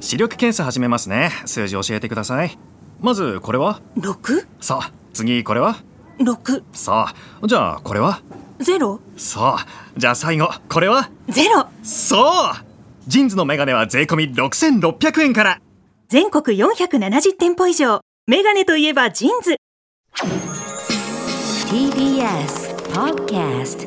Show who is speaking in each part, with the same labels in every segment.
Speaker 1: 視力検査始めますね数字教えてくださいまずこれは
Speaker 2: 六
Speaker 1: さあ次これは
Speaker 2: 六
Speaker 1: さあじゃあこれは
Speaker 2: ゼロ
Speaker 1: さあじゃあ最後これは
Speaker 2: ゼロ
Speaker 1: そうジーンズのメガネは税込6600円から
Speaker 2: 全国470店舗以上メガネといえばジーンズ
Speaker 3: TBS Podcast.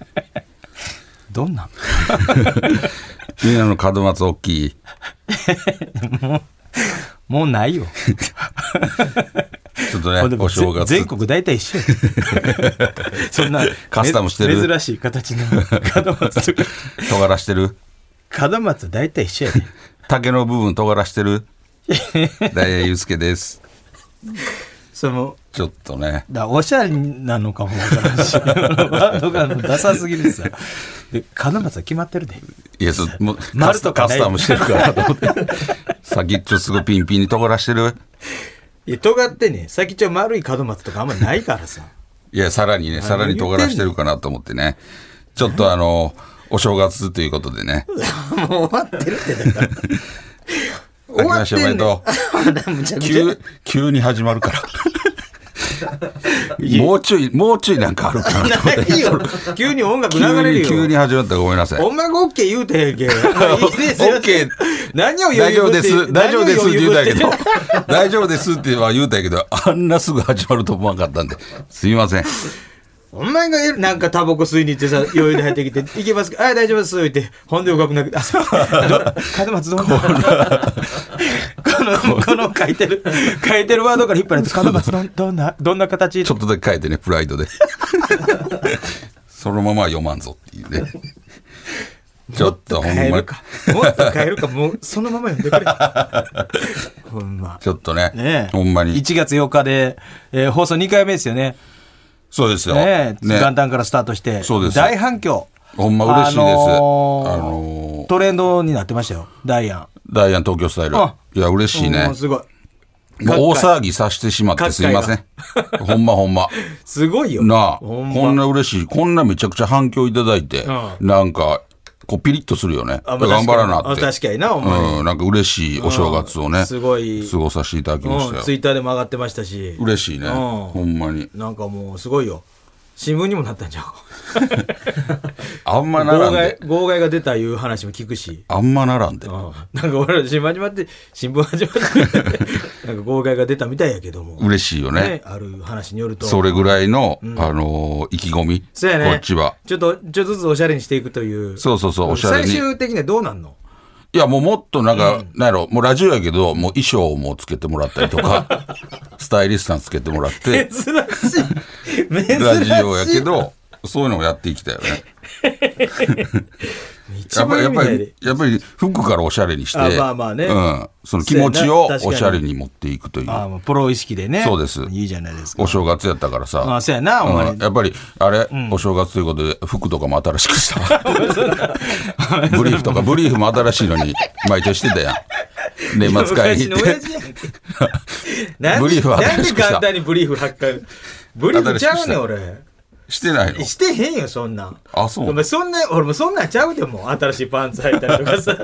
Speaker 4: どんな
Speaker 5: みんなの門松大きい。
Speaker 4: もうな いよ。
Speaker 5: ちょっとね、お正月。
Speaker 4: ぜ全国大体一緒や そんな、
Speaker 5: カスタムしてる
Speaker 4: め珍しい 形の門松とか。
Speaker 5: 尖らしてる
Speaker 4: 門松大体一緒やで。
Speaker 5: 竹の部分尖らしてるダイヤ祐介です。
Speaker 4: その、
Speaker 5: ちょっとね。
Speaker 4: だおしゃれなのかもわからんし、 ワードがもうダサすぎるさ。で、門松は決まってるで。
Speaker 5: いや、そもうカ
Speaker 4: 丸
Speaker 5: ス
Speaker 4: と
Speaker 5: カ
Speaker 4: かね
Speaker 5: スタムしてるからと思って。先っちょすぐピンピンに尖らしてる
Speaker 4: いや、尖ってね、先っちょ丸い門松とかあんまないか らさ。
Speaker 5: いや、さらにね、さらに尖らしてるかなと思ってね。ちょっとあの、お正月ということでね。
Speaker 4: もう終わってるってだから。
Speaker 5: 明けましておめでと う。急、急に始まるから。もうちょい、もうちょいなんかあるかなと思って。
Speaker 4: いいよ。 急に音楽 流れ
Speaker 5: 急
Speaker 4: る
Speaker 5: に、
Speaker 4: よ。
Speaker 5: 急に始まったらごめんなさい。
Speaker 4: 音楽 OK 言うてへんけん。いいですよ
Speaker 5: オッケー
Speaker 4: 何を言う、
Speaker 5: 大丈夫です、大丈夫ですって言うたんやけど 大丈夫ですっては言うたんやけど、あんなすぐ始まると思わなかったんで、すいません。
Speaker 4: お前がなんかタバコ吸いに行ってさ、余裕で入っ てきて、行けますかあ、大丈夫です。って、ほんで動かなくて、あ、そう。門松どうもこの、この書いてる、書いてるワードから引っ張られて、門松どんどんな、どんな形
Speaker 5: ちょっとだけ書いてね、プライドで。 そのままは読まんぞっていうね。ちょっとほん
Speaker 4: 変え
Speaker 5: ま
Speaker 4: る
Speaker 5: に、
Speaker 4: か。もっと変えるか、もうそのまま読 んでくれ。ほんま。
Speaker 5: ちょっとね、
Speaker 4: ねえ。
Speaker 5: ほんまに。
Speaker 4: 1月8日で、えー放送2回目ですよね。
Speaker 5: そうですよ。
Speaker 4: ねえ、
Speaker 5: ね
Speaker 4: 元旦からスタートして、
Speaker 5: そうです
Speaker 4: 大反響。
Speaker 5: ほんま嬉しいです。あ
Speaker 4: のー
Speaker 5: のー
Speaker 4: トレンドになってましたよ、ダイアン。
Speaker 5: ダイアン東京スタイル
Speaker 4: あ。
Speaker 5: いや、嬉しいね
Speaker 4: もう。すごい。
Speaker 5: もう大騒ぎさせてしまってすいません。ほんまほん ま。
Speaker 4: すごいよ。
Speaker 5: なあ、
Speaker 4: ほんま
Speaker 5: こんな嬉しい、こんなめちゃくちゃ反響いただいて、なんか、こうピリッとするよね。
Speaker 4: あまあ
Speaker 5: 頑張らなっ
Speaker 4: 確
Speaker 5: て。
Speaker 4: かにあ確かになほんまに
Speaker 5: うん、なんか嬉しいお正月を
Speaker 4: うん
Speaker 5: ね、
Speaker 4: すごい
Speaker 5: 過ごさせていただきました
Speaker 4: うん、
Speaker 5: よ。
Speaker 4: ツイッターでも上がってましたし、
Speaker 5: 嬉しいね、
Speaker 4: うん
Speaker 5: ほんまに。
Speaker 4: なんかもうすごいよ。新聞にもなったんじゃん。
Speaker 5: あん まなら
Speaker 4: 号
Speaker 5: ん
Speaker 4: 外
Speaker 5: で、。
Speaker 4: 号外が出たいう話も聞くし。
Speaker 5: あんまならんで
Speaker 4: う。ん、なんか俺ら新聞始まって、新聞始まって、 なんか号外が出たみたいやけども。
Speaker 5: 嬉しいよね。
Speaker 4: ある話によると。
Speaker 5: それぐらいの、あのー意気込み。
Speaker 4: そうやね。
Speaker 5: こっちは。
Speaker 4: ちょっと、ちょっとずつおしゃれにしていくという。
Speaker 5: そうそうそうおしゃれに
Speaker 4: 最終的にはどうなんの
Speaker 5: いや、もうもっとなんか、なんやろ、もうラジオやけど、もう衣装もつけてもらったりと か、スタイリストさんつけてもらって、
Speaker 4: 珍しい。珍しい。
Speaker 5: ラジオやけど、そういうのをやってきたよね。
Speaker 4: 一
Speaker 5: やっぱり、
Speaker 4: 番いい
Speaker 5: やっ
Speaker 4: み
Speaker 5: ぱ
Speaker 4: たいで
Speaker 5: り、。やっぱり服からおしゃれにして、
Speaker 4: あまあまあね
Speaker 5: うん、その気持ちを
Speaker 4: そうやな確か
Speaker 5: お
Speaker 4: に
Speaker 5: しゃれに持っていくという。
Speaker 4: ああ、もうプロ意識でね。
Speaker 5: そうです
Speaker 4: いいじゃないですか。
Speaker 5: お正月やったからさ。
Speaker 4: あそうやなほんまに
Speaker 5: うんやっぱり、あれ、お正月ということで、服とかも新しくした。 ブリーフとか、ブリーフも新しいのに、毎年してた やん。年末会に行って。
Speaker 4: ブ
Speaker 5: ブリーフは
Speaker 4: なん
Speaker 5: 新
Speaker 4: で
Speaker 5: しくした
Speaker 4: 簡単にブリーフ発火ブリーフちゃうねん
Speaker 5: 新し
Speaker 4: 俺。
Speaker 5: してないの
Speaker 4: してへんよ、そんなん。
Speaker 5: あそう
Speaker 4: お前、そんな、俺もそんなんちゃうでもう、新しいパンツ履いたりと かさ、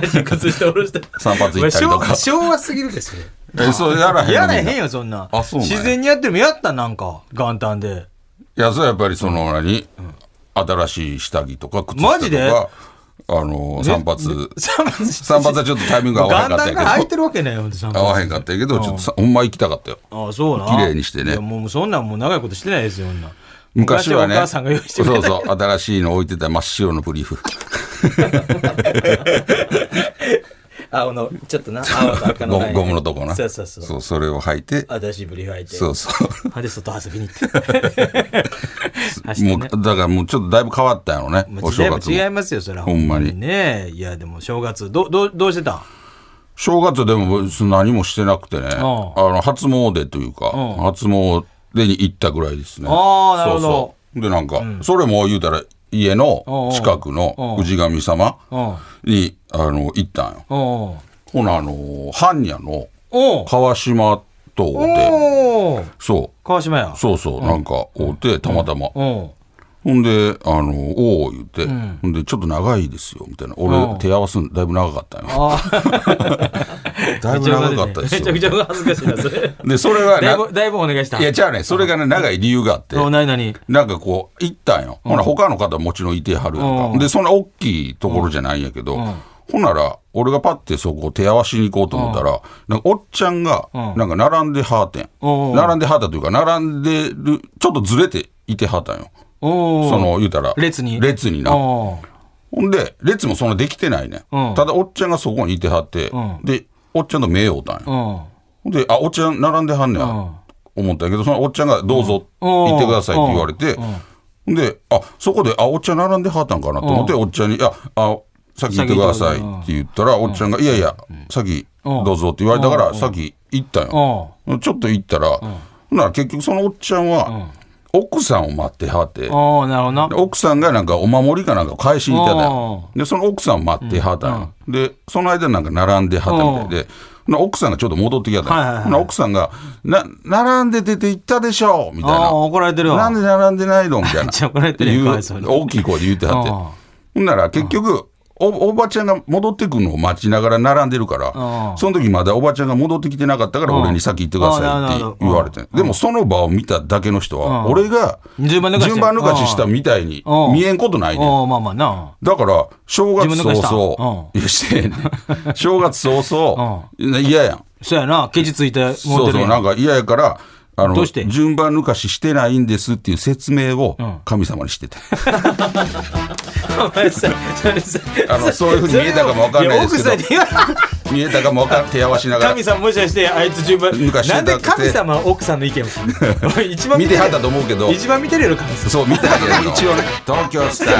Speaker 4: 新しい靴下下ろしたり。
Speaker 5: 散髪行ったりとか
Speaker 4: お前昭和昭和すぎるですよ。
Speaker 5: え、そうやらへんの
Speaker 4: やら
Speaker 5: みんな
Speaker 4: へんよ、そんなん。
Speaker 5: あそうなんや
Speaker 4: 自然にやってるもやった、なんか、元旦で。
Speaker 5: いや、それはやっぱりその、何、新しい下着とか、靴
Speaker 4: マ
Speaker 5: 下
Speaker 4: ジ
Speaker 5: と
Speaker 4: で
Speaker 5: か、あの、散髪。
Speaker 4: 散髪して
Speaker 5: 散髪はちょっとタイミング合
Speaker 4: 元
Speaker 5: わへんか
Speaker 4: 旦
Speaker 5: ったん
Speaker 4: から空
Speaker 5: や
Speaker 4: い
Speaker 5: け
Speaker 4: てるわけないよ、ほんと散
Speaker 5: ど、合
Speaker 4: 髪
Speaker 5: わへんかったんやけど、ちょっとさほんま行きたかったよ。
Speaker 4: ああそうな
Speaker 5: 綺麗にしてね
Speaker 4: いやもうそんなんもう長いことしてないですよそんなん
Speaker 5: 昔はね、
Speaker 4: 昔お母さんが用意してく
Speaker 5: そ
Speaker 4: れ
Speaker 5: う
Speaker 4: た
Speaker 5: そう、新しいの置いてた真っ白のブリーフ。
Speaker 4: 青の、ちょっとな、青と赤の
Speaker 5: ゴ
Speaker 4: ライン。
Speaker 5: ゴムのとこな
Speaker 4: そうそうそう。
Speaker 5: そうそれを履いて
Speaker 4: 新しいブリーフ履いて。
Speaker 5: そうそう
Speaker 4: あで、外遊びに行って。走って
Speaker 5: もう
Speaker 4: ね。
Speaker 5: だからもうちょっとだいぶ変わったんやろね
Speaker 4: もう
Speaker 5: お
Speaker 4: 時代
Speaker 5: 正
Speaker 4: も
Speaker 5: 月も
Speaker 4: 違いますよ、それは。
Speaker 5: ほんまに
Speaker 4: ねえ。いや、でも正月、ど、どう、どうしてたん
Speaker 5: 正月でも別に何もしてなくてねあの初詣というか
Speaker 4: うん
Speaker 5: 初詣に行ったぐらいですね
Speaker 4: あーなるほど
Speaker 5: そうそうでなんか、それも言うたら家の近く
Speaker 4: うん
Speaker 5: の
Speaker 4: うん
Speaker 5: 氏神様
Speaker 4: うん。
Speaker 5: にあの行ったんよ
Speaker 4: おう
Speaker 5: ほなあの般若の
Speaker 4: おう
Speaker 5: 川島とで
Speaker 4: おう
Speaker 5: そ
Speaker 4: 川島や
Speaker 5: う。そうそうなんか会うてたまたま、
Speaker 4: おう
Speaker 5: ほんで、あの、おお言って、ほんで、ちょっと長いですよ、みたいな。
Speaker 4: う
Speaker 5: 俺、
Speaker 4: ん
Speaker 5: 手合わすのだいぶ長かったよ。
Speaker 4: あ あ、
Speaker 5: だいぶ長かったです
Speaker 4: め
Speaker 5: よ
Speaker 4: ちゃ。くちゃ恥ずかしい な、それ。
Speaker 5: で、それは
Speaker 4: だ
Speaker 5: な、
Speaker 4: いぶ、だいぶお願いした。
Speaker 5: いや、じゃあね、それがね、長い理由があって、
Speaker 4: そう、なになに
Speaker 5: なんかこう、行ったんよ。ほな、他の方はもちろんいてはるやん
Speaker 4: う
Speaker 5: か。
Speaker 4: ん
Speaker 5: で、そんな大きいところじゃないんやけど、
Speaker 4: ん
Speaker 5: ほんなら、俺がパッてそこ手合わしに行こうと思ったら、なんかおっちゃんが、
Speaker 4: うん
Speaker 5: なんか並んではーてん。
Speaker 4: おう
Speaker 5: 並んではーたというか、並んでる、ちょっとずれていてはーたんよ。
Speaker 4: おう
Speaker 5: その、言うたら、
Speaker 4: 列に。
Speaker 5: 列にな。
Speaker 4: おう
Speaker 5: ほんで、列もそんなできてないね、
Speaker 4: うん
Speaker 5: ん。ただ、おっちゃんがそこにいてはって、
Speaker 4: うん
Speaker 5: で、おっちゃんと目合うたんや。
Speaker 4: おう
Speaker 5: ほんで、あ、おっちゃん並んではんねや、思ったんやけど、そのおっちゃんが、どうぞ、
Speaker 4: うん
Speaker 5: 行ってくださいって言われて、ほんで、あ、そこで、あ、おっちゃん並んではったんかなと思って、おっちゃんに、いや、あ、先行ってくださいって言ったら、おっちゃんが、いやいや、先
Speaker 4: うん
Speaker 5: どうぞって言われたから、先行ったん
Speaker 4: お
Speaker 5: よ。ちょっと行ったら、ほんなら結局そのおっちゃんは、奥さんを待ってはって、
Speaker 4: おうなるほどな
Speaker 5: で。奥さんがなんかお守りかなんかを返しに行ったんだよ
Speaker 4: お
Speaker 5: でその奥さん待ってはったんよでその間なんか並んではったみたいでほな奥さんがちょっと戻ってきはったんよ
Speaker 4: はいはいはい
Speaker 5: ほな奥さんが「な並んで出て行ったでしょ」みたい
Speaker 4: あ
Speaker 5: な
Speaker 4: あ、怒られてるわ。
Speaker 5: なんで並んでないの?」みたいな
Speaker 4: ちゃ怒られてるやん
Speaker 5: 言う
Speaker 4: かわいそうに
Speaker 5: 大きい声で言ってはって
Speaker 4: うん
Speaker 5: ほんなら結局おおばちゃんが戻ってくるのを待ちながら並んでるから
Speaker 4: うん
Speaker 5: その時まだおばちゃんが戻ってきてなかったから
Speaker 4: うん
Speaker 5: 俺に先行ってくださいって言われて
Speaker 4: あなるほ
Speaker 5: で
Speaker 4: ど
Speaker 5: もその場を見ただけの人は
Speaker 4: うん
Speaker 5: 俺が
Speaker 4: 順番抜かして
Speaker 5: 順番抜かししたみたいに
Speaker 4: うん
Speaker 5: 見えんことないね
Speaker 4: おうまあまあな。
Speaker 5: だから正月
Speaker 4: 自分抜かした
Speaker 5: 早々いやしてへんねん 正月早々嫌やん
Speaker 4: そうやな、ケチついて持っ
Speaker 5: そう
Speaker 4: てる
Speaker 5: そ
Speaker 4: や。
Speaker 5: うんなんか嫌やからあの
Speaker 4: どうして
Speaker 5: 順番抜かししてないんですっていう説明を
Speaker 4: ん
Speaker 5: 神様にして て
Speaker 4: お前さそれさ
Speaker 5: あのそういうふうに見えたかもわかんないですけど
Speaker 4: や奥さんに言わ
Speaker 5: 見えたかも分かって手合わしながら
Speaker 4: 神様もしかしてあいつ順番
Speaker 5: 昔
Speaker 4: なんで
Speaker 5: だって
Speaker 4: 神様は奥さんの意見を一番
Speaker 5: 見ては
Speaker 4: る
Speaker 5: ったと思うけど
Speaker 4: 一番見てるやろ神様
Speaker 5: そう見てはった けど一応ね東京スタイ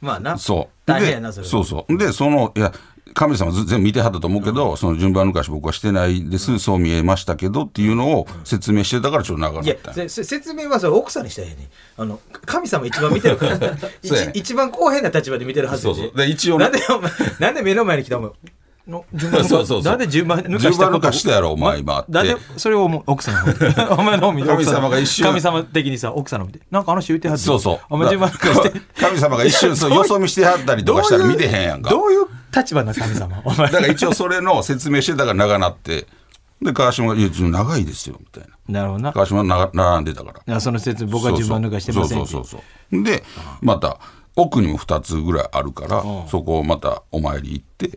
Speaker 4: まあな
Speaker 5: ル そう
Speaker 4: 大変
Speaker 5: で
Speaker 4: やなそれ
Speaker 5: そうそうでそのいや神様ず全部見てはったと思うけど、その順番抜かし僕はしてないです、そう見えましたけどっていうのを説明してたからちょっと長
Speaker 4: い
Speaker 5: か
Speaker 4: や
Speaker 5: ったんよ
Speaker 4: せせ説明はそれ奥さんにしたらええねんあの神様一番見てるから 一
Speaker 5: そうやね
Speaker 4: 一番公平な立場で見てるはずやし
Speaker 5: そうそうで一応ね
Speaker 4: なんでお前なんで目の前に来たお前の順番抜か
Speaker 5: そうそうそう
Speaker 4: なんで順番抜かしたこと
Speaker 5: 順番抜かしたやろお前今って
Speaker 4: なんでそれをもう奥さん の方お前の方見て
Speaker 5: 神様が一瞬
Speaker 4: 神様的にさ奥さんの方見てなんかあの人言うてはず
Speaker 5: そうそう
Speaker 4: お前順番抜かして
Speaker 5: だから神様が一瞬そう
Speaker 4: いや
Speaker 5: よそ見してはったりとかしたら見てへんやんか
Speaker 4: どういう立場な神 様お前
Speaker 5: だから一応それの説明してたから長なってで川島が「いやちょっと長いですよ」みたいな
Speaker 4: なるほどな
Speaker 5: 川島が並んでたから
Speaker 4: いやその説僕は順番抜かしてません
Speaker 5: そ
Speaker 4: っ
Speaker 5: う
Speaker 4: て
Speaker 5: そうそうそうでまた奥にも2つぐらいあるからそこをまたお参り行って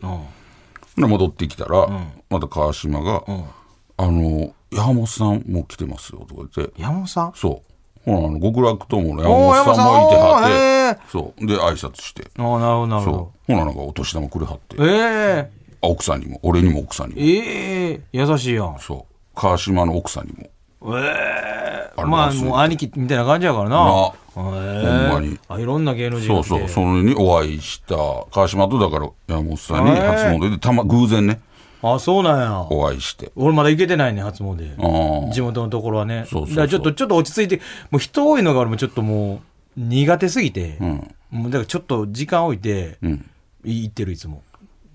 Speaker 5: で戻ってきたらまた川島が「あの山本さんも来てますよ」とか言って
Speaker 4: 山本さん
Speaker 5: そうほらあの極楽友の山本さんもいて
Speaker 4: おー山
Speaker 5: は
Speaker 4: 本
Speaker 5: ってそうで挨拶して
Speaker 4: ああなるほどなるほ
Speaker 5: そ
Speaker 4: ど
Speaker 5: うほらなんかお年玉くれはって
Speaker 4: ええ
Speaker 5: あ奥さんにも俺にも奥さんにも
Speaker 4: ええ優しいやん
Speaker 5: そう川島の奥さんにも
Speaker 4: ええ
Speaker 5: あれ
Speaker 4: まあ
Speaker 5: 忘れて
Speaker 4: もう兄貴みたいな感じやからなええ
Speaker 5: ほんまに
Speaker 4: あいろんな芸能人
Speaker 5: そう
Speaker 4: が来て
Speaker 5: そうそれにお会いした川島とだから山本さんに初詣でたま偶然ね
Speaker 4: あそうなんや
Speaker 5: お会いして
Speaker 4: 俺まだ行けてないね初詣
Speaker 5: あー
Speaker 4: 地元のところはね
Speaker 5: そうそうそう
Speaker 4: だからちょっとちょっと落ち着いてもう人多いのが俺もちょっともう苦手すぎて、
Speaker 5: ん
Speaker 4: もうだからちょっと時間置いて、
Speaker 5: ん
Speaker 4: い行ってるいつも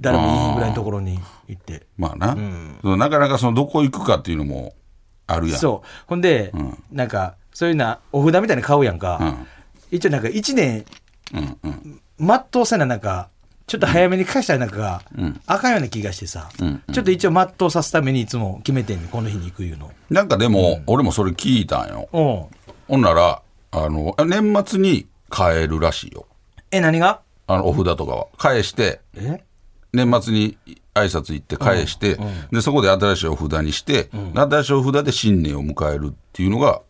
Speaker 4: 誰もいいぐらいのところに行って
Speaker 5: まあな、そうなかなかそのどこ行くかっていうのもあるやん
Speaker 4: そうほんで、
Speaker 5: ん
Speaker 4: なんかそういうなお札みたいなの買うやんか、
Speaker 5: ん
Speaker 4: 一応なんか1年、全うせななんかちょっと早めに返したらなんかが、あかんような気がしてさ、ちょっと一応全うさすためにいつも決めてんねんこの日に行くいうの
Speaker 5: なんかでも、俺もそれ聞いたんよ
Speaker 4: お
Speaker 5: ほんならあの年末に帰るらしいよ
Speaker 4: え何が
Speaker 5: あのお札とかは返して
Speaker 4: え
Speaker 5: 年末に挨拶行って返して、でそこで新しいお札にして、新しいお札で新年を迎えるっていうのが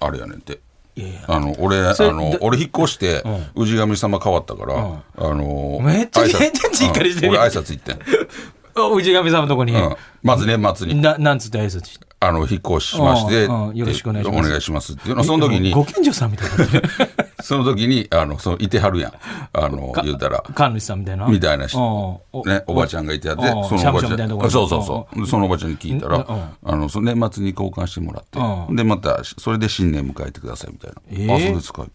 Speaker 5: あれやねんてあの俺あ
Speaker 4: それ
Speaker 5: の
Speaker 4: だ
Speaker 5: 俺引っ越して氏神様変わったから、あの
Speaker 4: めっちゃ
Speaker 5: 挨拶
Speaker 4: めっちゃしっかりしてる
Speaker 5: うん俺挨拶行ってん、
Speaker 4: あ氏神様のとこに、
Speaker 5: うん、まず年末に
Speaker 4: ななんつって挨拶して
Speaker 5: あの引っ越ししまして、
Speaker 4: うんうんよろしくお願いします
Speaker 5: お願いしますっていうのその時に
Speaker 4: ご近所さんみたいな
Speaker 5: その時にあのそのいてはるやんあの言うたら
Speaker 4: 神主さんみたいな
Speaker 5: みたいな人
Speaker 4: うん
Speaker 5: ね、おばちゃんがいてあって
Speaker 4: うん
Speaker 5: そのおばちゃ
Speaker 4: シャムシャムみたいなとこ
Speaker 5: ん
Speaker 4: ろ
Speaker 5: そうそうそうでそのおばちゃんに聞いたら
Speaker 4: う
Speaker 5: あのその年末に交換してもらっ
Speaker 4: う
Speaker 5: てでまたそれで新年迎えてくださいみたいな「
Speaker 4: えー
Speaker 5: あそうですか」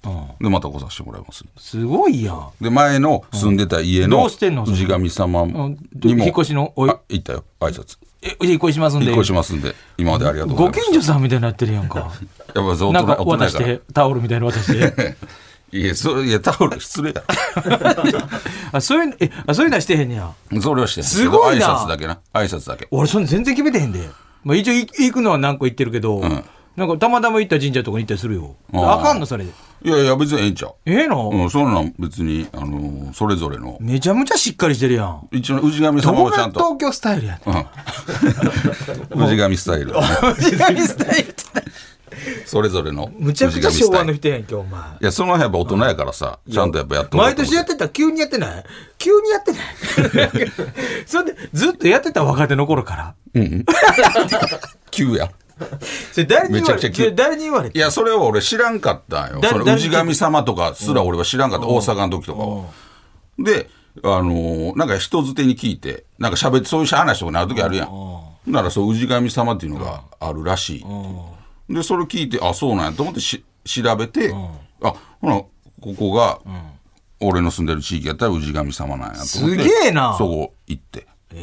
Speaker 5: でまた来させてもらいます
Speaker 4: すごいやん
Speaker 5: で前の住んでた家
Speaker 4: ど
Speaker 5: の
Speaker 4: うしてんのそれ
Speaker 5: 氏神様
Speaker 4: ん
Speaker 5: にも
Speaker 4: 引っ越しのおい
Speaker 5: あ行ったよ挨拶
Speaker 4: え引っ越しますんで
Speaker 5: 引っ越しますんで今までありがとうござい
Speaker 4: ご
Speaker 5: ました
Speaker 4: 近所さんみたいになってるやんか
Speaker 5: やっぱそう
Speaker 4: なん
Speaker 5: 大
Speaker 4: か
Speaker 5: 人大人
Speaker 4: 渡
Speaker 5: や
Speaker 4: し
Speaker 5: から
Speaker 4: てタオルみたいなの渡して
Speaker 5: いやそれいやタオル失礼や
Speaker 4: あそういうえあそういうのはしてへんねや
Speaker 5: それはしてん
Speaker 4: すごいな
Speaker 5: 挨拶だけな挨拶だけ
Speaker 4: 俺そんな全然決めてへんで、まあ、一応い行くのは何個行ってるけど、なんかたまたま行った神社とかに行ったりするよ
Speaker 5: あー
Speaker 4: あかんのそれ
Speaker 5: いやいや別にええんちゃう
Speaker 4: ええの、
Speaker 5: うん、そうなん別に、あのそれぞれの。
Speaker 4: めちゃめちゃしっかりしてるやん
Speaker 5: 一応、氏神
Speaker 4: ど
Speaker 5: 様
Speaker 4: こ
Speaker 5: はちゃ
Speaker 4: が
Speaker 5: んと。
Speaker 4: 東京スタ イルやねん
Speaker 5: うん。氏神スタイル。
Speaker 4: 氏神スタイルって
Speaker 5: それぞれの。
Speaker 4: むちゃくちゃ
Speaker 5: 氏神
Speaker 4: 昭
Speaker 5: スタ
Speaker 4: 和
Speaker 5: イ
Speaker 4: の
Speaker 5: ル。い
Speaker 4: 人やんけお前
Speaker 5: や、その辺やっぱ大人やからさ、ちゃんとやっぱやってもら
Speaker 4: 毎年やってたら急にやってない急にやってない それでずっとやってた若手の頃から
Speaker 5: 急や。
Speaker 4: それ誰に言
Speaker 5: め
Speaker 4: わ
Speaker 5: ちゃ
Speaker 4: れ
Speaker 5: くちゃ急
Speaker 4: て誰に言われ
Speaker 5: い
Speaker 4: て
Speaker 5: や、それは俺知らんかったんよ。
Speaker 4: だ
Speaker 5: その
Speaker 4: 誰
Speaker 5: 氏神様とかすら俺は知らんかった。大阪の時とかは。で、あのーなんか人づてに聞いて、なんか喋って、そういう話とかなる時あるやん。なら、そう、氏神様っていうのがあるらしい。で、それ聞いて、あ、そうなんやと思ってし調べて、あ、ほら、ここが、俺の住んでる地域やったら氏神様なんやと思って。
Speaker 4: すげえな
Speaker 5: そこ行って。で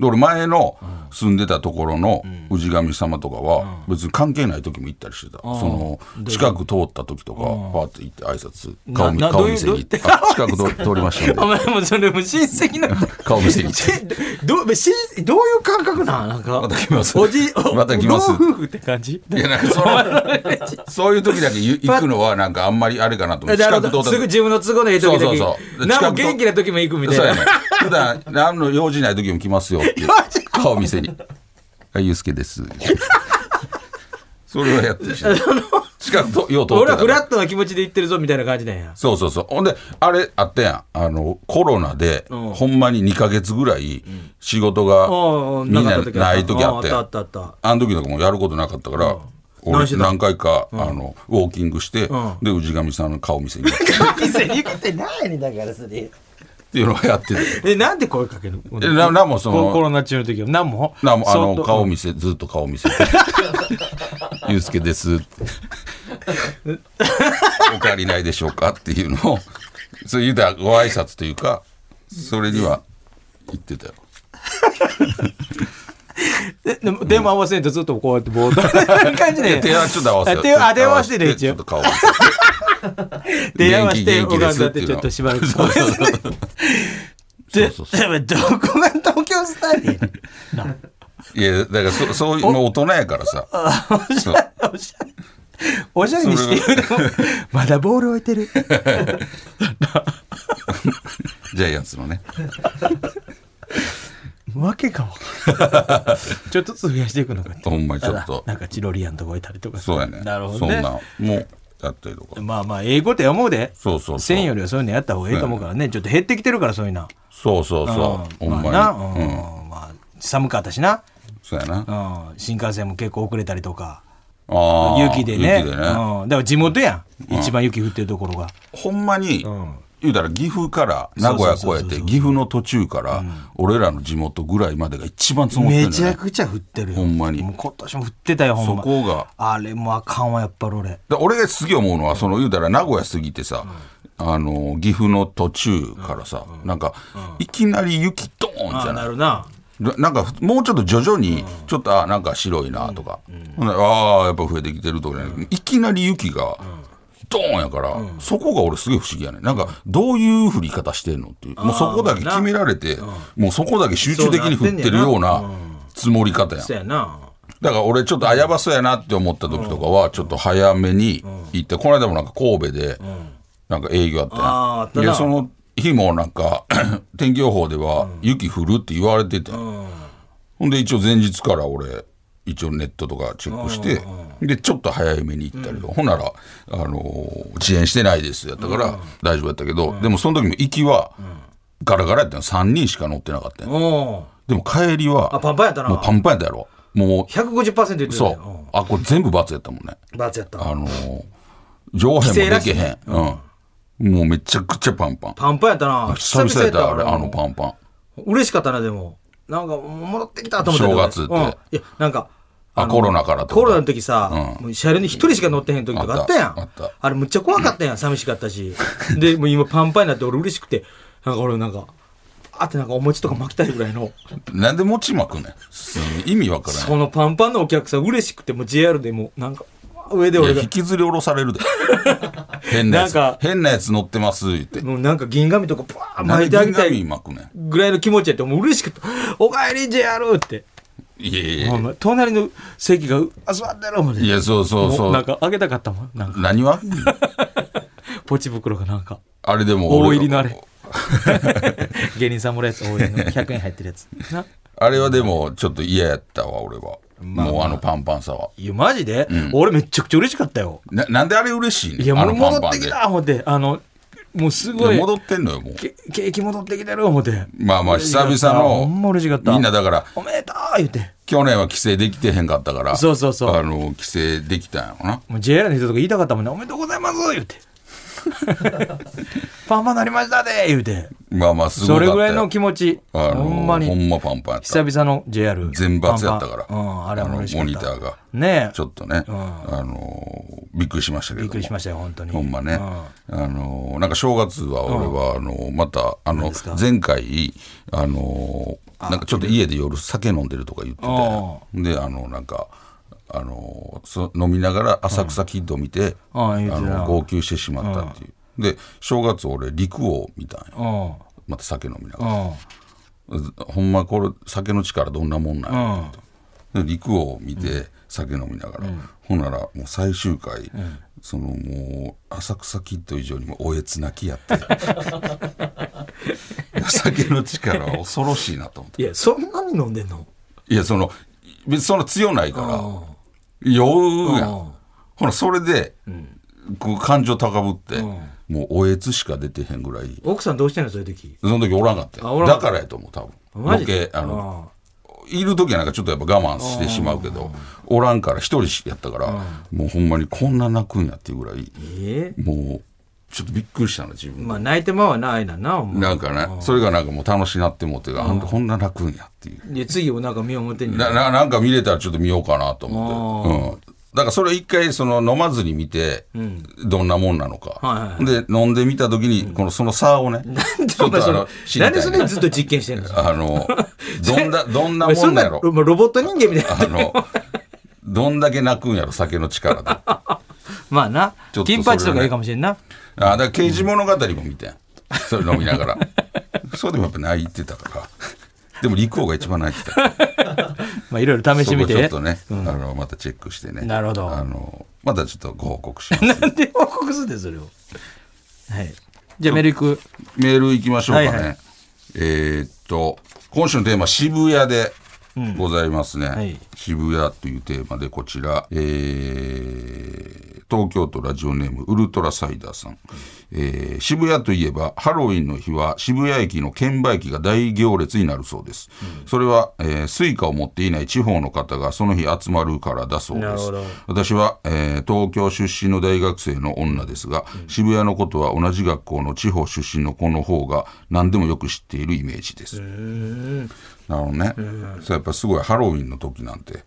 Speaker 5: 俺前の住んでたところの氏神様とかは別に関係ない時も行ったりしてた、その近く通った時とかパーって行って挨拶顔見
Speaker 4: なな
Speaker 5: 顔
Speaker 4: どういう
Speaker 5: 見せに行って
Speaker 4: どういう
Speaker 5: あ近く通 通りましたん
Speaker 4: お
Speaker 5: で
Speaker 4: 前もそれも親戚の
Speaker 5: 顔見せに行って
Speaker 4: えどどしどういう感覚なんなんか
Speaker 5: また来ます
Speaker 4: おじお
Speaker 5: また来ます
Speaker 4: 老夫婦って感じ
Speaker 5: いやなんか そのそういう時だけゆ行くのはなんかあんまりあれかなと思って
Speaker 4: なる
Speaker 5: 近く
Speaker 4: ほ
Speaker 5: 通
Speaker 4: ど
Speaker 5: った
Speaker 4: すぐ
Speaker 5: 時
Speaker 4: 自分の都合のいい時だけ
Speaker 5: そうそうそう
Speaker 4: なん
Speaker 5: 近
Speaker 4: も
Speaker 5: くと
Speaker 4: 元気な時も行くみたい
Speaker 5: そう
Speaker 4: な
Speaker 5: やね普段何の用事ない時も来ますよっていう顔見せに「あゆうすけです」それはやってるし近くとよう通って
Speaker 4: 俺
Speaker 5: たか
Speaker 4: はフ
Speaker 5: ら
Speaker 4: ラットな気持ちで行ってるぞみたいな感じなんや
Speaker 5: そうそうそう。ほんで、あれあったやん。あの、コロナで、ほんまに2ヶ月ぐらい、仕事
Speaker 4: おうお
Speaker 5: が、
Speaker 4: う
Speaker 5: みんな
Speaker 4: かった
Speaker 5: ない時あったや
Speaker 4: あ
Speaker 5: ん。
Speaker 4: ったあったあった
Speaker 5: あの時なんかもうやることなかったから、俺
Speaker 4: 何してた
Speaker 5: 何回か、あの、ウォーキングして、で、氏神さんの顔見せに行って っ
Speaker 4: 店に行くってないねんだからそれ
Speaker 5: ていうのをや ってて。
Speaker 4: えなんで声かけるの
Speaker 5: えななんもその
Speaker 4: ココロナ中の時は何も
Speaker 5: なもうあ
Speaker 4: そ
Speaker 5: の、
Speaker 4: っと
Speaker 5: 顔見せ、ずっと顔見 せて。ゆうすけですって。お帰りないでしょうかっていうのを、そういうたらご挨拶というか、それには言ってたよ。
Speaker 4: えでも電話合わせんとずっとこうやってぼー っとこんな感じで
Speaker 5: 手はちょっと合わせよう
Speaker 4: 手をあ電話してね一
Speaker 5: ちょっと
Speaker 4: 応
Speaker 5: 顔
Speaker 4: 電話して
Speaker 5: 元気元気です
Speaker 4: 拝んだってちょっとしばらく
Speaker 5: そうそうそう
Speaker 4: で
Speaker 5: そうそう
Speaker 4: でもどこが東京スタイルやね ん
Speaker 5: いやだからそそういうもう大人やからさそう
Speaker 4: おしゃれ。おしゃれにしてるの。まだボール置いてる。
Speaker 5: ジャイアンツのね
Speaker 4: わけ がわからん。ちょっとずつ増やしていくのかって
Speaker 5: ほんまにちょっと
Speaker 4: なんかチロリアンとこ置いたりとか。
Speaker 5: そうやね
Speaker 4: なるほ
Speaker 5: そ
Speaker 4: ど
Speaker 5: ん
Speaker 4: ね
Speaker 5: なん。もうやったりとか
Speaker 4: まあまあ、英語って思うで。
Speaker 5: そうそうそう
Speaker 4: 線よりはそういうのやった方がいいと思うからね。ちょっと減ってきてるから、そういうの。
Speaker 5: そうそうそう
Speaker 4: うん
Speaker 5: ほん
Speaker 4: まあな。
Speaker 5: まにうん
Speaker 4: うんまあ、寒かったしな。
Speaker 5: そうやな
Speaker 4: うん新幹線も結構遅れたりとか。
Speaker 5: あー
Speaker 4: 雪でね。
Speaker 5: 雪でね
Speaker 4: うんだから地元やん。一番雪降ってるところが。
Speaker 5: ほんまに
Speaker 4: ん
Speaker 5: 言うたら岐阜から名古屋越
Speaker 4: そうそうそう
Speaker 5: え
Speaker 4: そ
Speaker 5: て
Speaker 4: う
Speaker 5: 岐阜の途中から俺らの地元ぐらいまでが一番積もって
Speaker 4: め
Speaker 5: る
Speaker 4: ち
Speaker 5: よ
Speaker 4: ゃ
Speaker 5: ね
Speaker 4: くちゃ降ってるよ。
Speaker 5: ほんまに
Speaker 4: もう今年も降ってたよ、ほん
Speaker 5: そ
Speaker 4: ま。
Speaker 5: こが
Speaker 4: あれもあかんわ、やっぱり俺。
Speaker 5: だ俺がすげえ思うのは、その言うたら名古屋過ぎてさ、あの岐阜の途中からさ、なんか、いきなり雪ドーンじゃない
Speaker 4: るな。
Speaker 5: ななんかふもうちょっと徐々に、ちょっとあなんか白いなとか、ほんならああやっぱ増えてきてるとかじゃない、いきなり雪が、ドーンやから、そこが俺すげえ不思議やねんなんかどういう降り方してんのっていうもうそこだけ決められて、もうそこだけ集中的に降ってるような積もり方やん
Speaker 4: そやな。
Speaker 5: だから俺ちょっとやばそうやなって思った時とかはちょっと早めに行ってこの間もなんか神戸でなんか営業あったやん
Speaker 4: あーあったな
Speaker 5: でその日もなんか 天気予報では雪降るって言われてて、ほんで一応前日から俺一応ネットとかチェックしてでちょっと早めに行ったりとか、ほんなら、あのー遅延してないですやったから、大丈夫やったけど、でもその時も行きは、ガラガラやったの3人しか乗ってなかったんや
Speaker 4: お
Speaker 5: でも帰りは
Speaker 4: あパンパンやったな
Speaker 5: もうパンパンやったやろもう
Speaker 4: 150%言ってた
Speaker 5: そ
Speaker 4: よ
Speaker 5: う、あこれ全部罰やったもんね
Speaker 4: うんバツやった
Speaker 5: あのー上辺もできへん、うん、もうめちゃくちゃパンパン
Speaker 4: パンパンやったな
Speaker 5: 久々やったあれ
Speaker 4: 俺
Speaker 5: あのパンパン
Speaker 4: 嬉しかったなでもなんか戻ってきたと思って
Speaker 5: 正月って
Speaker 4: うんいやなんか
Speaker 5: あ
Speaker 4: の
Speaker 5: コロナからってこと
Speaker 4: コロナの時さ、
Speaker 5: うん
Speaker 4: もう車両に一人しか乗ってへん時とかあったやん
Speaker 5: あったあった
Speaker 4: れむっちゃ怖かったやん寂しかったしでもう今パンパンになって俺嬉しくてなんか俺なんかあってなんかお餅とか巻きたいぐらいの
Speaker 5: なんで餅巻くねんす意味わからない
Speaker 4: そのパンパンのお客さん嬉しくてもう JR でもうなんか上で
Speaker 5: い
Speaker 4: 俺
Speaker 5: や
Speaker 4: が
Speaker 5: 引きずり下ろされる で変なやつ
Speaker 4: なんか
Speaker 5: 変なやつ乗ってます言って
Speaker 4: もうなんか銀紙とかパーン
Speaker 5: 何
Speaker 4: 巻
Speaker 5: で
Speaker 4: いてあ
Speaker 5: 銀
Speaker 4: げたい
Speaker 5: 紙巻くねん
Speaker 4: ぐらいの気持ちやってもう嬉しくて「おかえり JR」って
Speaker 5: いやいや
Speaker 4: ほん
Speaker 5: い
Speaker 4: ま隣の席が「あ座ってろ」まで
Speaker 5: やいやそうそう
Speaker 4: も
Speaker 5: そう
Speaker 4: なん
Speaker 5: う
Speaker 4: かあげたかったもんなんか
Speaker 5: 何は
Speaker 4: ポチ袋がなん か
Speaker 5: あれでも俺
Speaker 4: 大入りのあれ芸人さんもらうやつ大入りの100円入ってるやつな
Speaker 5: あれはでもちょっと嫌やったわ俺は、もうあのパンパンさはい
Speaker 4: やマジで、俺めっちゃくちゃ嬉しかったよ
Speaker 5: ななんであれ嬉しいねん
Speaker 4: いや
Speaker 5: あ
Speaker 4: もう
Speaker 5: のパン
Speaker 4: 戻
Speaker 5: パ
Speaker 4: っ
Speaker 5: ン
Speaker 4: て
Speaker 5: で
Speaker 4: きた思ってあのもうすご
Speaker 5: い
Speaker 4: い
Speaker 5: や戻ってんのよもう
Speaker 4: ケケーキ戻ってきてる思って
Speaker 5: まあまあ久
Speaker 4: 嬉しかった
Speaker 5: 々の
Speaker 4: ほんま嬉しかった
Speaker 5: みんなだから
Speaker 4: おめでとう言って
Speaker 5: 去年は帰省できてへんかったから
Speaker 4: そうそうそう
Speaker 5: あの帰省できたんやろな
Speaker 4: もう JR の人とか言いたかったもんねおめでとうございます言って パンパンなりましたで言うて
Speaker 5: まあまあすごか
Speaker 4: そ
Speaker 5: った
Speaker 4: れ
Speaker 5: よ
Speaker 4: ぐらいの気持ち
Speaker 5: あの
Speaker 4: ほんまに
Speaker 5: ほんまパンパンやった
Speaker 4: 久々の JR
Speaker 5: 全罰やったから
Speaker 4: パンパンうん、あれは嬉しか
Speaker 5: モ
Speaker 4: った
Speaker 5: ニターが
Speaker 4: ねえ
Speaker 5: ちょっとね、あのーびっくりしましたけど
Speaker 4: び
Speaker 5: も
Speaker 4: っくりしましたよ本当に
Speaker 5: ほんまね、
Speaker 4: う
Speaker 5: あのーなんか正月は俺は、あのーまたあの
Speaker 4: ですか
Speaker 5: 前回あのーなんかちょっと家で夜酒飲んでるとか言っててであのなんかあのーそ飲みながら浅草キッド見て、
Speaker 4: うんあ言うてた
Speaker 5: の号泣してしまったっていう、で正月俺陸王見たんよ
Speaker 4: うん
Speaker 5: また酒飲みなが
Speaker 4: う
Speaker 5: ら、
Speaker 4: ん
Speaker 5: ほんまこれ酒の力どんなもんなんやろってで陸を見て酒飲みながら、ほんならもう最終回、そのもう浅草キッド以上にもおえつ泣きやって 酒の力は恐ろしいなと思って
Speaker 4: いやそんなに飲んでんの
Speaker 5: いやその別にその強ないから酔うやんほらそれで、こう感情高ぶって、もうおえつしか出てへんぐらい
Speaker 4: 奥さんどうしてんのそういう時
Speaker 5: その時おらんかった
Speaker 4: あ
Speaker 5: よ
Speaker 4: おら
Speaker 5: だ
Speaker 4: んかった
Speaker 5: からやと思う多分
Speaker 4: マ
Speaker 5: ロ
Speaker 4: ジで
Speaker 5: ケあのいる時はなんかちょっとやっぱ我慢してしまうけどおらんから一人やったからもうほんまにこんな泣くんやっていうぐらい
Speaker 4: ええ
Speaker 5: もうちょっとびっくりしたの自分で
Speaker 4: まあ泣いてまうはないななお前
Speaker 5: なんかねそれがなんかもう楽しなってもうてあんたこんな泣くんやっていう
Speaker 4: で次もなんか身をもってんね
Speaker 5: なななんか見れたらちょっと見ようかなと思って、うん、だからそれ一回その飲まずに見てどんなもんなのか、
Speaker 4: はい
Speaker 5: で飲んでみた時にこのその差をね、ちょっ
Speaker 4: お
Speaker 5: と
Speaker 4: 前
Speaker 5: あ
Speaker 4: それ
Speaker 5: の知りた
Speaker 4: 何
Speaker 5: い
Speaker 4: でそ
Speaker 5: な
Speaker 4: れずっと実験してんの
Speaker 5: あの、 どんだ、どんな
Speaker 4: お前
Speaker 5: も
Speaker 4: そ
Speaker 5: んなんやろ。
Speaker 4: ロボット人間みたいな
Speaker 5: あの、どんだけ泣くんやろ、酒の力で。あ、
Speaker 4: まあな
Speaker 5: ちょっとそれね
Speaker 4: 金八とかいいかもしれんな
Speaker 5: だから刑事物語も見てん。それ飲みながら。そうでもやっぱ泣いてたから。でも陸王が一番泣いて た。
Speaker 4: まあいろいろ試してみて
Speaker 5: そこちょっとね、あの、またチェックしてね。
Speaker 4: なるほど
Speaker 5: あの、またちょっとご報告します。
Speaker 4: なんで報告すんだよそれをはいじゃあメール行く
Speaker 5: メール行きましょうかね。
Speaker 4: はいはい
Speaker 5: えーっと、今週のテーマ、渋谷でございますね。
Speaker 4: い
Speaker 5: 渋谷というテーマで、こちら、えー東京都ラジオネーム、ウルトラサイダーさん。えー渋谷といえば、ハロウィンの日は渋谷駅の券売機が大行列になるそうです。それは、えースイカを持っていない地方の方がその日集まるからだそう
Speaker 4: な
Speaker 5: で
Speaker 4: るほ
Speaker 5: す
Speaker 4: ど。
Speaker 5: 私は、えー東京出身の大学生の女ですが、渋谷のことは同じ学校の地方出身の子の方が何でもよく知っているイメージです。なるほどね。そうやっぱすごいハロウィンの時なんて、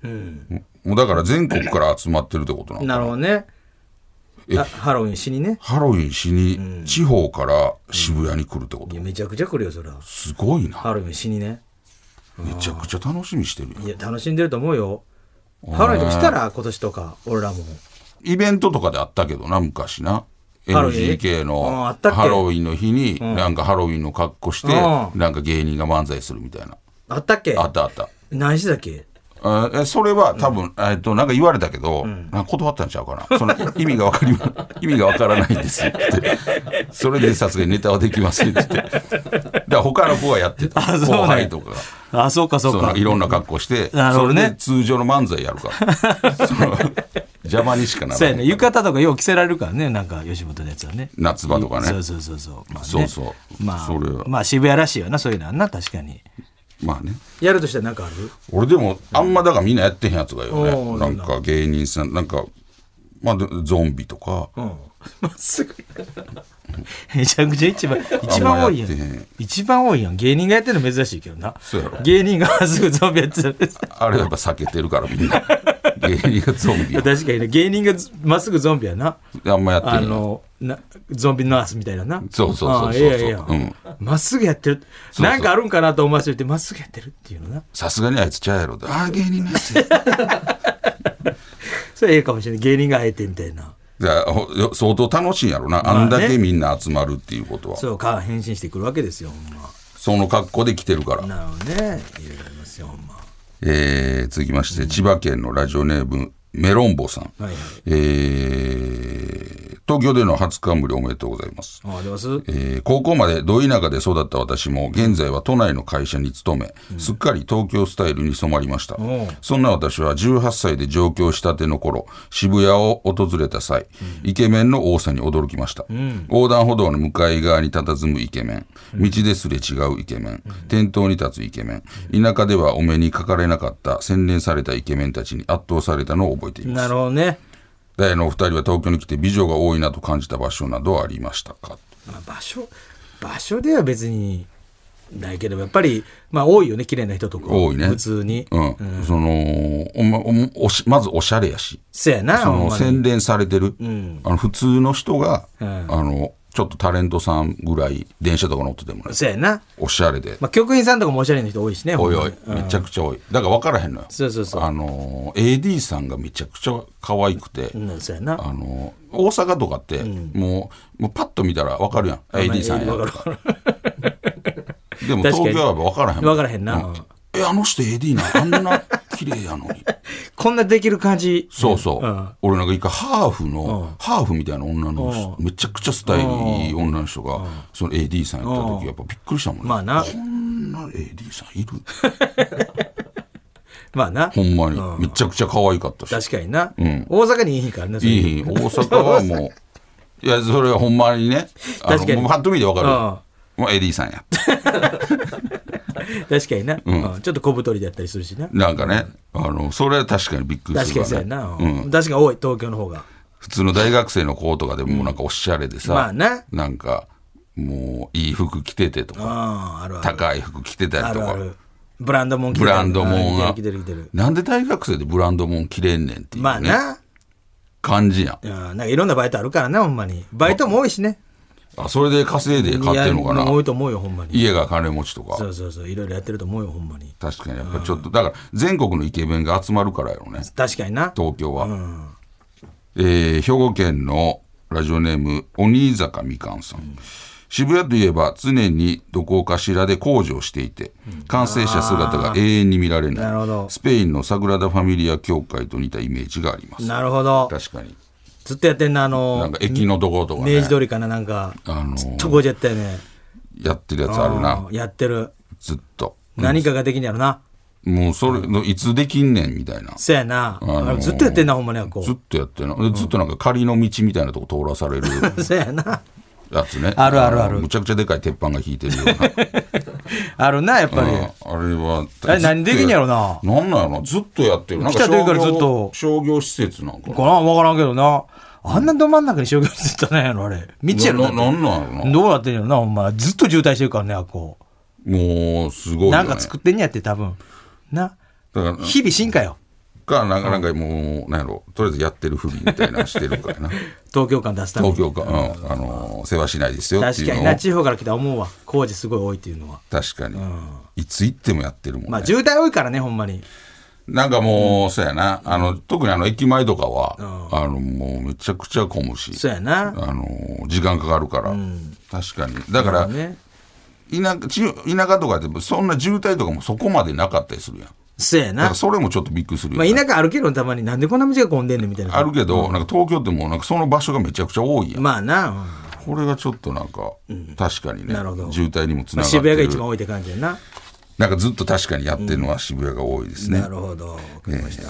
Speaker 5: もうだから全国から集まってるってことなのかな
Speaker 4: なるほどね
Speaker 5: え
Speaker 4: あハロウィンしにね
Speaker 5: ハロウィンしに地方から渋谷に来るってこと、
Speaker 4: いやめちゃくちゃ来るよそら
Speaker 5: すごいな
Speaker 4: ハロウィンしにね
Speaker 5: めちゃくちゃ楽しみしてるよ
Speaker 4: いや楽しんでると思うよハロウィンとかしたら今年とか俺らも
Speaker 5: イベントとかであったけどな昔な
Speaker 4: ハロウィン
Speaker 5: NGK
Speaker 4: うんあ
Speaker 5: の
Speaker 4: ったっけ
Speaker 5: ハロウィンの日になんかハロウィンの格好して
Speaker 4: う
Speaker 5: なんか芸人が漫才するみたいな
Speaker 4: あったっけ
Speaker 5: あったあった
Speaker 4: 何時だっけ
Speaker 5: あえそれは多分、えっと、なんか言われたけど、なんか断ったんちゃうかな。その意味がわかり ま、意味がわからないんですって。それでさすがにネタはできませんって言って。だから他の子がやってた。
Speaker 4: あそうなんや
Speaker 5: 後輩とかが。
Speaker 4: あそうかそ
Speaker 5: そのいろんな格好して、
Speaker 4: なるほ
Speaker 5: そ
Speaker 4: ど
Speaker 5: れ
Speaker 4: ね
Speaker 5: で通常の漫才やるから。その邪魔にしかなら
Speaker 4: そうや
Speaker 5: な
Speaker 4: ね
Speaker 5: い、
Speaker 4: 浴衣とかよう着せられるからねなんか吉本のやつはね
Speaker 5: 夏場とかね
Speaker 4: そうそうそうそう、まあね
Speaker 5: そうそう
Speaker 4: まあ
Speaker 5: それは
Speaker 4: まあ渋谷らしいよなそういうのはな確かに
Speaker 5: まあね
Speaker 4: やるとしたらなんかある
Speaker 5: 俺でもあんまだからみんなやってへんやつがよ
Speaker 4: お
Speaker 5: ね
Speaker 4: ー
Speaker 5: なんか芸人さんなんかまあでゾンビとか、
Speaker 4: うん まっすぐめちゃくちゃ一番一番多いや
Speaker 5: あんまやってへ
Speaker 4: ん
Speaker 5: ん
Speaker 4: 一番多いやん芸人がやってるの珍しいけどな
Speaker 5: そうやろ
Speaker 4: 芸人がまっすぐゾンビやってたら
Speaker 5: あれやっぱ避けてるからみん な芸人がゾンビや
Speaker 4: 確かにね芸人がまっすぐゾンビやな
Speaker 5: あんまやってへん
Speaker 4: あのなゾンビナースみたいなな
Speaker 5: そうそうそうそう
Speaker 4: ああええやんええやん
Speaker 5: うん
Speaker 4: まっすぐやってる
Speaker 5: う
Speaker 4: なんかあるんかなと思わせておいてまっすぐやってるっていうのな
Speaker 5: さすがにあいつちゃうやろってああ芸人のやつ や
Speaker 4: それええかもしれない芸人があえてみたいな
Speaker 5: じゃあほよ相当楽しいんやろな
Speaker 4: あね
Speaker 5: あんだけみんな集まるっていうことは、
Speaker 4: そうか変身してくるわけですよほんま
Speaker 5: その格好で来てるから
Speaker 4: なるほどねいろいろありますよほんま
Speaker 5: えー続きまして、千葉県のラジオネームメロンボさん、
Speaker 4: はいはい
Speaker 5: えー東京での初冠おめでとうございます、
Speaker 4: ああります
Speaker 5: えー高校までど田舎で育った私も現在は都内の会社に勤め、すっかり東京スタイルに染まりました、
Speaker 4: おう
Speaker 5: そんな私は18歳で上京したての頃渋谷を訪れた際、イケメンの多さに驚きました、横断歩道の向かい側に佇むイケメン道ですれ違うイケメン、店頭に立つイケメン田舎ではお目にかかれなかった洗練されたイケメンたちに圧倒されたのを覚えています
Speaker 4: なるほどね、
Speaker 5: ダイヤのお二人は東京に来て美女が多いなと感じた場所などはありましたか
Speaker 4: まあ、場所場所では別にないけどやっぱりまあ多いよね綺麗な人とか
Speaker 5: 多いね
Speaker 4: 普通に、
Speaker 5: うん、そのおまおおしまずおしゃれやし
Speaker 4: せやな
Speaker 5: そ
Speaker 4: ほん
Speaker 5: の
Speaker 4: まに
Speaker 5: 洗練されてる、あの普通の人が、
Speaker 4: ん
Speaker 5: あのちょっとタレントさんぐらい電車とか乗っててもね
Speaker 4: せやな、
Speaker 5: おしゃれで、
Speaker 4: まあ、局員さんとかもおしゃれな人多いしね
Speaker 5: おい
Speaker 4: ほ
Speaker 5: お
Speaker 4: ん
Speaker 5: い
Speaker 4: まに
Speaker 5: めちゃくちゃ多いだから分からへんのよ
Speaker 4: そうそうそう
Speaker 5: あの AD さんがめちゃくちゃ可愛くて、
Speaker 4: うんせやな
Speaker 5: あの大阪とかって、もうもうパッと見たら分かるやん AD さんや
Speaker 4: わ
Speaker 5: と
Speaker 4: かる
Speaker 5: かでも
Speaker 4: 確かに
Speaker 5: 東京は分からへん
Speaker 4: 分からへんな、
Speaker 5: うえあの人 AD なあんな綺麗やのに
Speaker 4: こんなできる感じ
Speaker 5: そうそう、
Speaker 4: ん
Speaker 5: 俺なんか一回ハーフの、ハーフみたいな女の人、めちゃくちゃスタイルいい女の人が、その AD さんやった時、やっぱびっくりしたもんね、
Speaker 4: まあな
Speaker 5: こんな AD さんいる
Speaker 4: まあな
Speaker 5: ほんまにめちゃくちゃ可愛かったし
Speaker 4: 確かにな、
Speaker 5: ん
Speaker 4: 大阪にいい日からねそれ
Speaker 5: いい大阪はも ういやそれはほんまにねあの
Speaker 4: 確かに
Speaker 5: もうパッと見てわかるよもう AD さんや
Speaker 4: 確かにな、うんちょっと小太りだったりするしな
Speaker 5: なんかねあのそれは確かにびっくり
Speaker 4: 確
Speaker 5: す
Speaker 4: か
Speaker 5: る
Speaker 4: に
Speaker 5: わ
Speaker 4: そうや
Speaker 5: ね
Speaker 4: な、
Speaker 5: うん
Speaker 4: 確かに多い東京の方が
Speaker 5: 普通の大学生の子とかでもなんかおしゃれでさ、
Speaker 4: まあな
Speaker 5: なんかもういい服着ててとか
Speaker 4: あああるある
Speaker 5: 高い服着てた
Speaker 4: あ
Speaker 5: りと
Speaker 4: る
Speaker 5: か
Speaker 4: あるブランドもん着て
Speaker 5: ブランドもん
Speaker 4: あ
Speaker 5: が
Speaker 4: ー着てる着てる着てる
Speaker 5: なんで大学生でブランドもん着れんねんっていう、ね
Speaker 4: まあな、
Speaker 5: 感じやん
Speaker 4: うんなんかいろんなバイトあるからなほんまにバイトも多いしね
Speaker 5: あそれで稼いで買ってるのか
Speaker 4: いや多
Speaker 5: ない
Speaker 4: と思うよほんまに
Speaker 5: 家が金持ちとか
Speaker 4: そうそうそういろいろやってると思うよほんまに
Speaker 5: 確かにやっぱちょっとだから全国のイケメンが集まるからやろね
Speaker 4: 確かにな
Speaker 5: 東京は、えー兵庫県のラジオネーム鬼坂みかんさん、渋谷といえば常にどこかしらで工事をしていて完成した姿が永遠に見られ
Speaker 4: なるほ
Speaker 5: ない
Speaker 4: ど
Speaker 5: スペインのサグラダ・ファミリア教会と似たイメージがあります
Speaker 4: なるほど
Speaker 5: 確かに
Speaker 4: ずっとやってんなあの
Speaker 5: なんか駅のとことかね
Speaker 4: 明治通りかななんか
Speaker 5: あのー
Speaker 4: ずっとこうやったよね
Speaker 5: やってるやつあるな
Speaker 4: うんやってる
Speaker 5: ずっと、
Speaker 4: 何かができんやろな
Speaker 5: もうそれのいつできんねんみたいな
Speaker 4: そやな
Speaker 5: あのー
Speaker 4: あれずっとやってんなほんまにあっこ
Speaker 5: ずっとやってるなでずっとなんか仮の道みたいなとこ通らさ れる
Speaker 4: そやな
Speaker 5: やつね
Speaker 4: あるあるある
Speaker 5: のむちゃくちゃでかい鉄板が引いてるような
Speaker 4: あるなやっぱり
Speaker 5: うんあれは
Speaker 4: あれ何できんやろな
Speaker 5: なんなんやろなずっとやってるなんか
Speaker 4: 来た時から
Speaker 5: 商業
Speaker 4: ずっと
Speaker 5: 商業施設なんかな
Speaker 4: かな分からんけどなあんなど真ん中に商業施設たなんやろあれ道や
Speaker 5: な
Speaker 4: ろ
Speaker 5: な
Speaker 4: だっ
Speaker 5: んなんやろ
Speaker 4: て
Speaker 5: な
Speaker 4: どうなってんやろなほんまずっと渋滞してるからねあっこ
Speaker 5: もうすごいよね
Speaker 4: なんか作ってんやって多分な
Speaker 5: だから
Speaker 4: 日々進化よ
Speaker 5: かなんかなんかもうなんやろとりあえずやってるふりみたいなのしてるからな
Speaker 4: 東京感出すために
Speaker 5: 東京か、うん、あの世話しないですよってい
Speaker 4: 確
Speaker 5: う
Speaker 4: か
Speaker 5: のを
Speaker 4: にな地方から来たら思うわ工事すごい多いっていうのは
Speaker 5: 確かに、いつ行ってもやってるもんね、
Speaker 4: まあ渋滞多いからねほんまに
Speaker 5: なんかもう、そうやなあの特にあの駅前とかは、あのもうめちゃくちゃ混むし
Speaker 4: そうやな
Speaker 5: あの時間かかるから、確かにだから、
Speaker 4: ね
Speaker 5: 田舎ち田舎とかでそんな渋滞とかもそこまでなかったりするやんだ
Speaker 4: そうや
Speaker 5: か
Speaker 4: な
Speaker 5: らそれもちょっとびっくりする
Speaker 4: ま
Speaker 5: よ
Speaker 4: あ
Speaker 5: ね、
Speaker 4: 田舎あるけどたまになんでこんな道が混んでんねんみたいな
Speaker 5: あるけど、なんか東京ってもうなんかその場所がめちゃくちゃ多いやん、
Speaker 4: まあな、うんま
Speaker 5: これがちょっとなんか、確かにね
Speaker 4: なるほど
Speaker 5: 渋滞にもつ
Speaker 4: あ
Speaker 5: ながって
Speaker 4: 渋
Speaker 5: る、
Speaker 4: 谷が一番多いって感じやな
Speaker 5: なんかずっと確かにやってるのは渋谷が多いですね、
Speaker 4: なるほどわかりました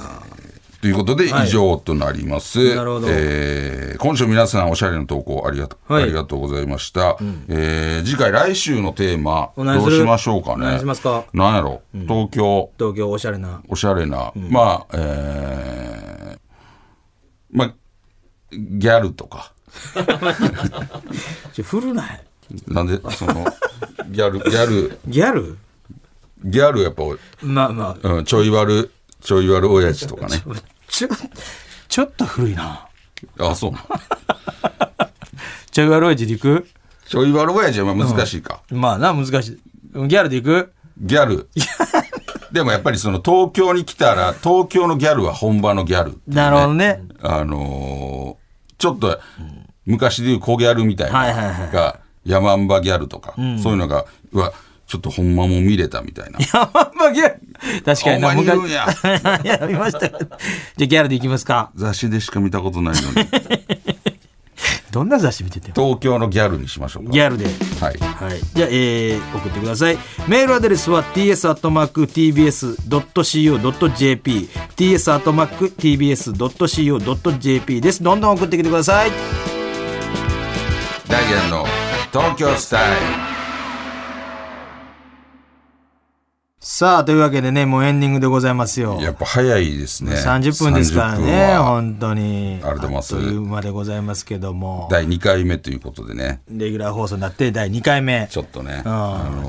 Speaker 5: ということで以上となります、
Speaker 4: なるほど
Speaker 5: えー今週皆さんおしゃれな投稿ありがと,、
Speaker 4: はい
Speaker 5: ありがとうございました、えー次回来週のテーマ
Speaker 4: お願い
Speaker 5: ど
Speaker 4: す
Speaker 5: うし
Speaker 4: る
Speaker 5: ましょうかね
Speaker 4: お願いしますか
Speaker 5: なんやろ東京
Speaker 4: 東京おしゃれな。
Speaker 5: おしゃれな、まあえーまあギャルとか
Speaker 4: ちょ、振るなよ。
Speaker 5: なんでそ のギャルギャル
Speaker 4: ギャル
Speaker 5: ギャルやっぱ、う
Speaker 4: まあまあ。
Speaker 5: ん、ちょい悪ちょい悪親父とかね
Speaker 4: ちょ、ちょっと古いな。
Speaker 5: あそうなん
Speaker 4: ちょい悪い字でいく
Speaker 5: ちょい悪親父はまあ難しいか、
Speaker 4: まあな、難しい。ギャルでいく
Speaker 5: ギャル でもやっぱりその東京に来たら東京のギャルは本場のギャル
Speaker 4: なるほどね。
Speaker 5: あのーちょっと昔でいう小ギャルみたいな
Speaker 4: はいはいはい
Speaker 5: が山んばギャルとか、そういうのがうわちょっとほんまも見れたみ たいな
Speaker 4: あんまギャル。確かにな、
Speaker 5: ほんまに言うん
Speaker 4: 昔。
Speaker 5: や
Speaker 4: やりましたけどじゃあギャルでいきますか。
Speaker 5: 雑誌でしか見たことないの に
Speaker 4: どんな雑誌見ててよ
Speaker 5: 東京のギャルにしましょうか
Speaker 4: ギャルで。
Speaker 5: はい
Speaker 4: はい。じゃあ、えー、送ってください。メールアドレスは ts.tbs.co.jp。ts.tbs.co.jp です。どんどん送ってきてください。
Speaker 5: ダイアンの東京スタイル
Speaker 4: さあ、というわけでね、もうエンディングでございますよ。
Speaker 5: やっぱ早いですね。
Speaker 4: 30分ですから
Speaker 5: 30分
Speaker 4: ね、
Speaker 5: は
Speaker 4: 本当に。
Speaker 5: ありがとうございます
Speaker 4: あっという間でございますけども。
Speaker 5: 第2回目ということでね、
Speaker 4: レギュラー放送になって第2回目。
Speaker 5: ちょっとね、
Speaker 4: うん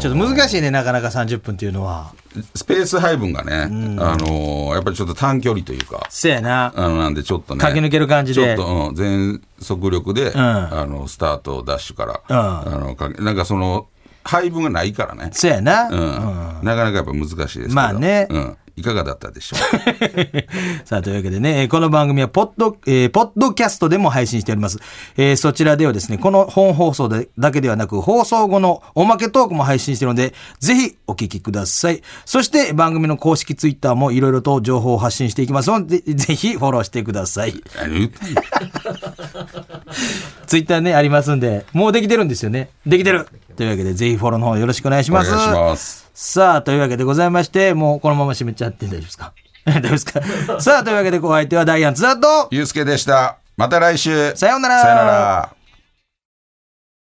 Speaker 4: ちょっと難しいね、なかなか30分っていうのは。
Speaker 5: スペース配分がね、あのーやっぱりちょっと短距離というか、
Speaker 4: せやな。
Speaker 5: あのなんでちょっとね、
Speaker 4: 駆け抜ける感じで
Speaker 5: ちょっと、うん全速力で、
Speaker 4: ん
Speaker 5: あのスタート、ダッシュから、
Speaker 4: うん
Speaker 5: あのかけなんかその、配分がないからね、
Speaker 4: せやな。
Speaker 5: うんなかなかやっぱ難しいですけど、
Speaker 4: まあね
Speaker 5: うん、いかがだったでしょうか。
Speaker 4: さあ、というわけでね、えーこの番組はポッド、えーポッドキャストでも配信しております。えーそちらではですね、この本放送でだけではなく、放送後のおまけトークも配信しているので、ぜひお聞きください。そして、番組の公式ツイッターもいろいろと情報を発信していきますので、ぜぜひフォローしてください。
Speaker 5: 何言ってんの
Speaker 4: ツイッターね、ありますんで、もうできてるんですよね。できてるというわけで、ぜひフォローの方よろしくお願いし
Speaker 5: お願
Speaker 4: ま
Speaker 5: い
Speaker 4: す。
Speaker 5: します。
Speaker 4: さあ、というわけでございまして、もうこのまま締めちゃって大丈夫ですか 大丈夫です かさあ、というわけで、お相手はダイアン津田と、
Speaker 5: ゆうすけでした。また来週。
Speaker 4: さようなら
Speaker 5: さようなら。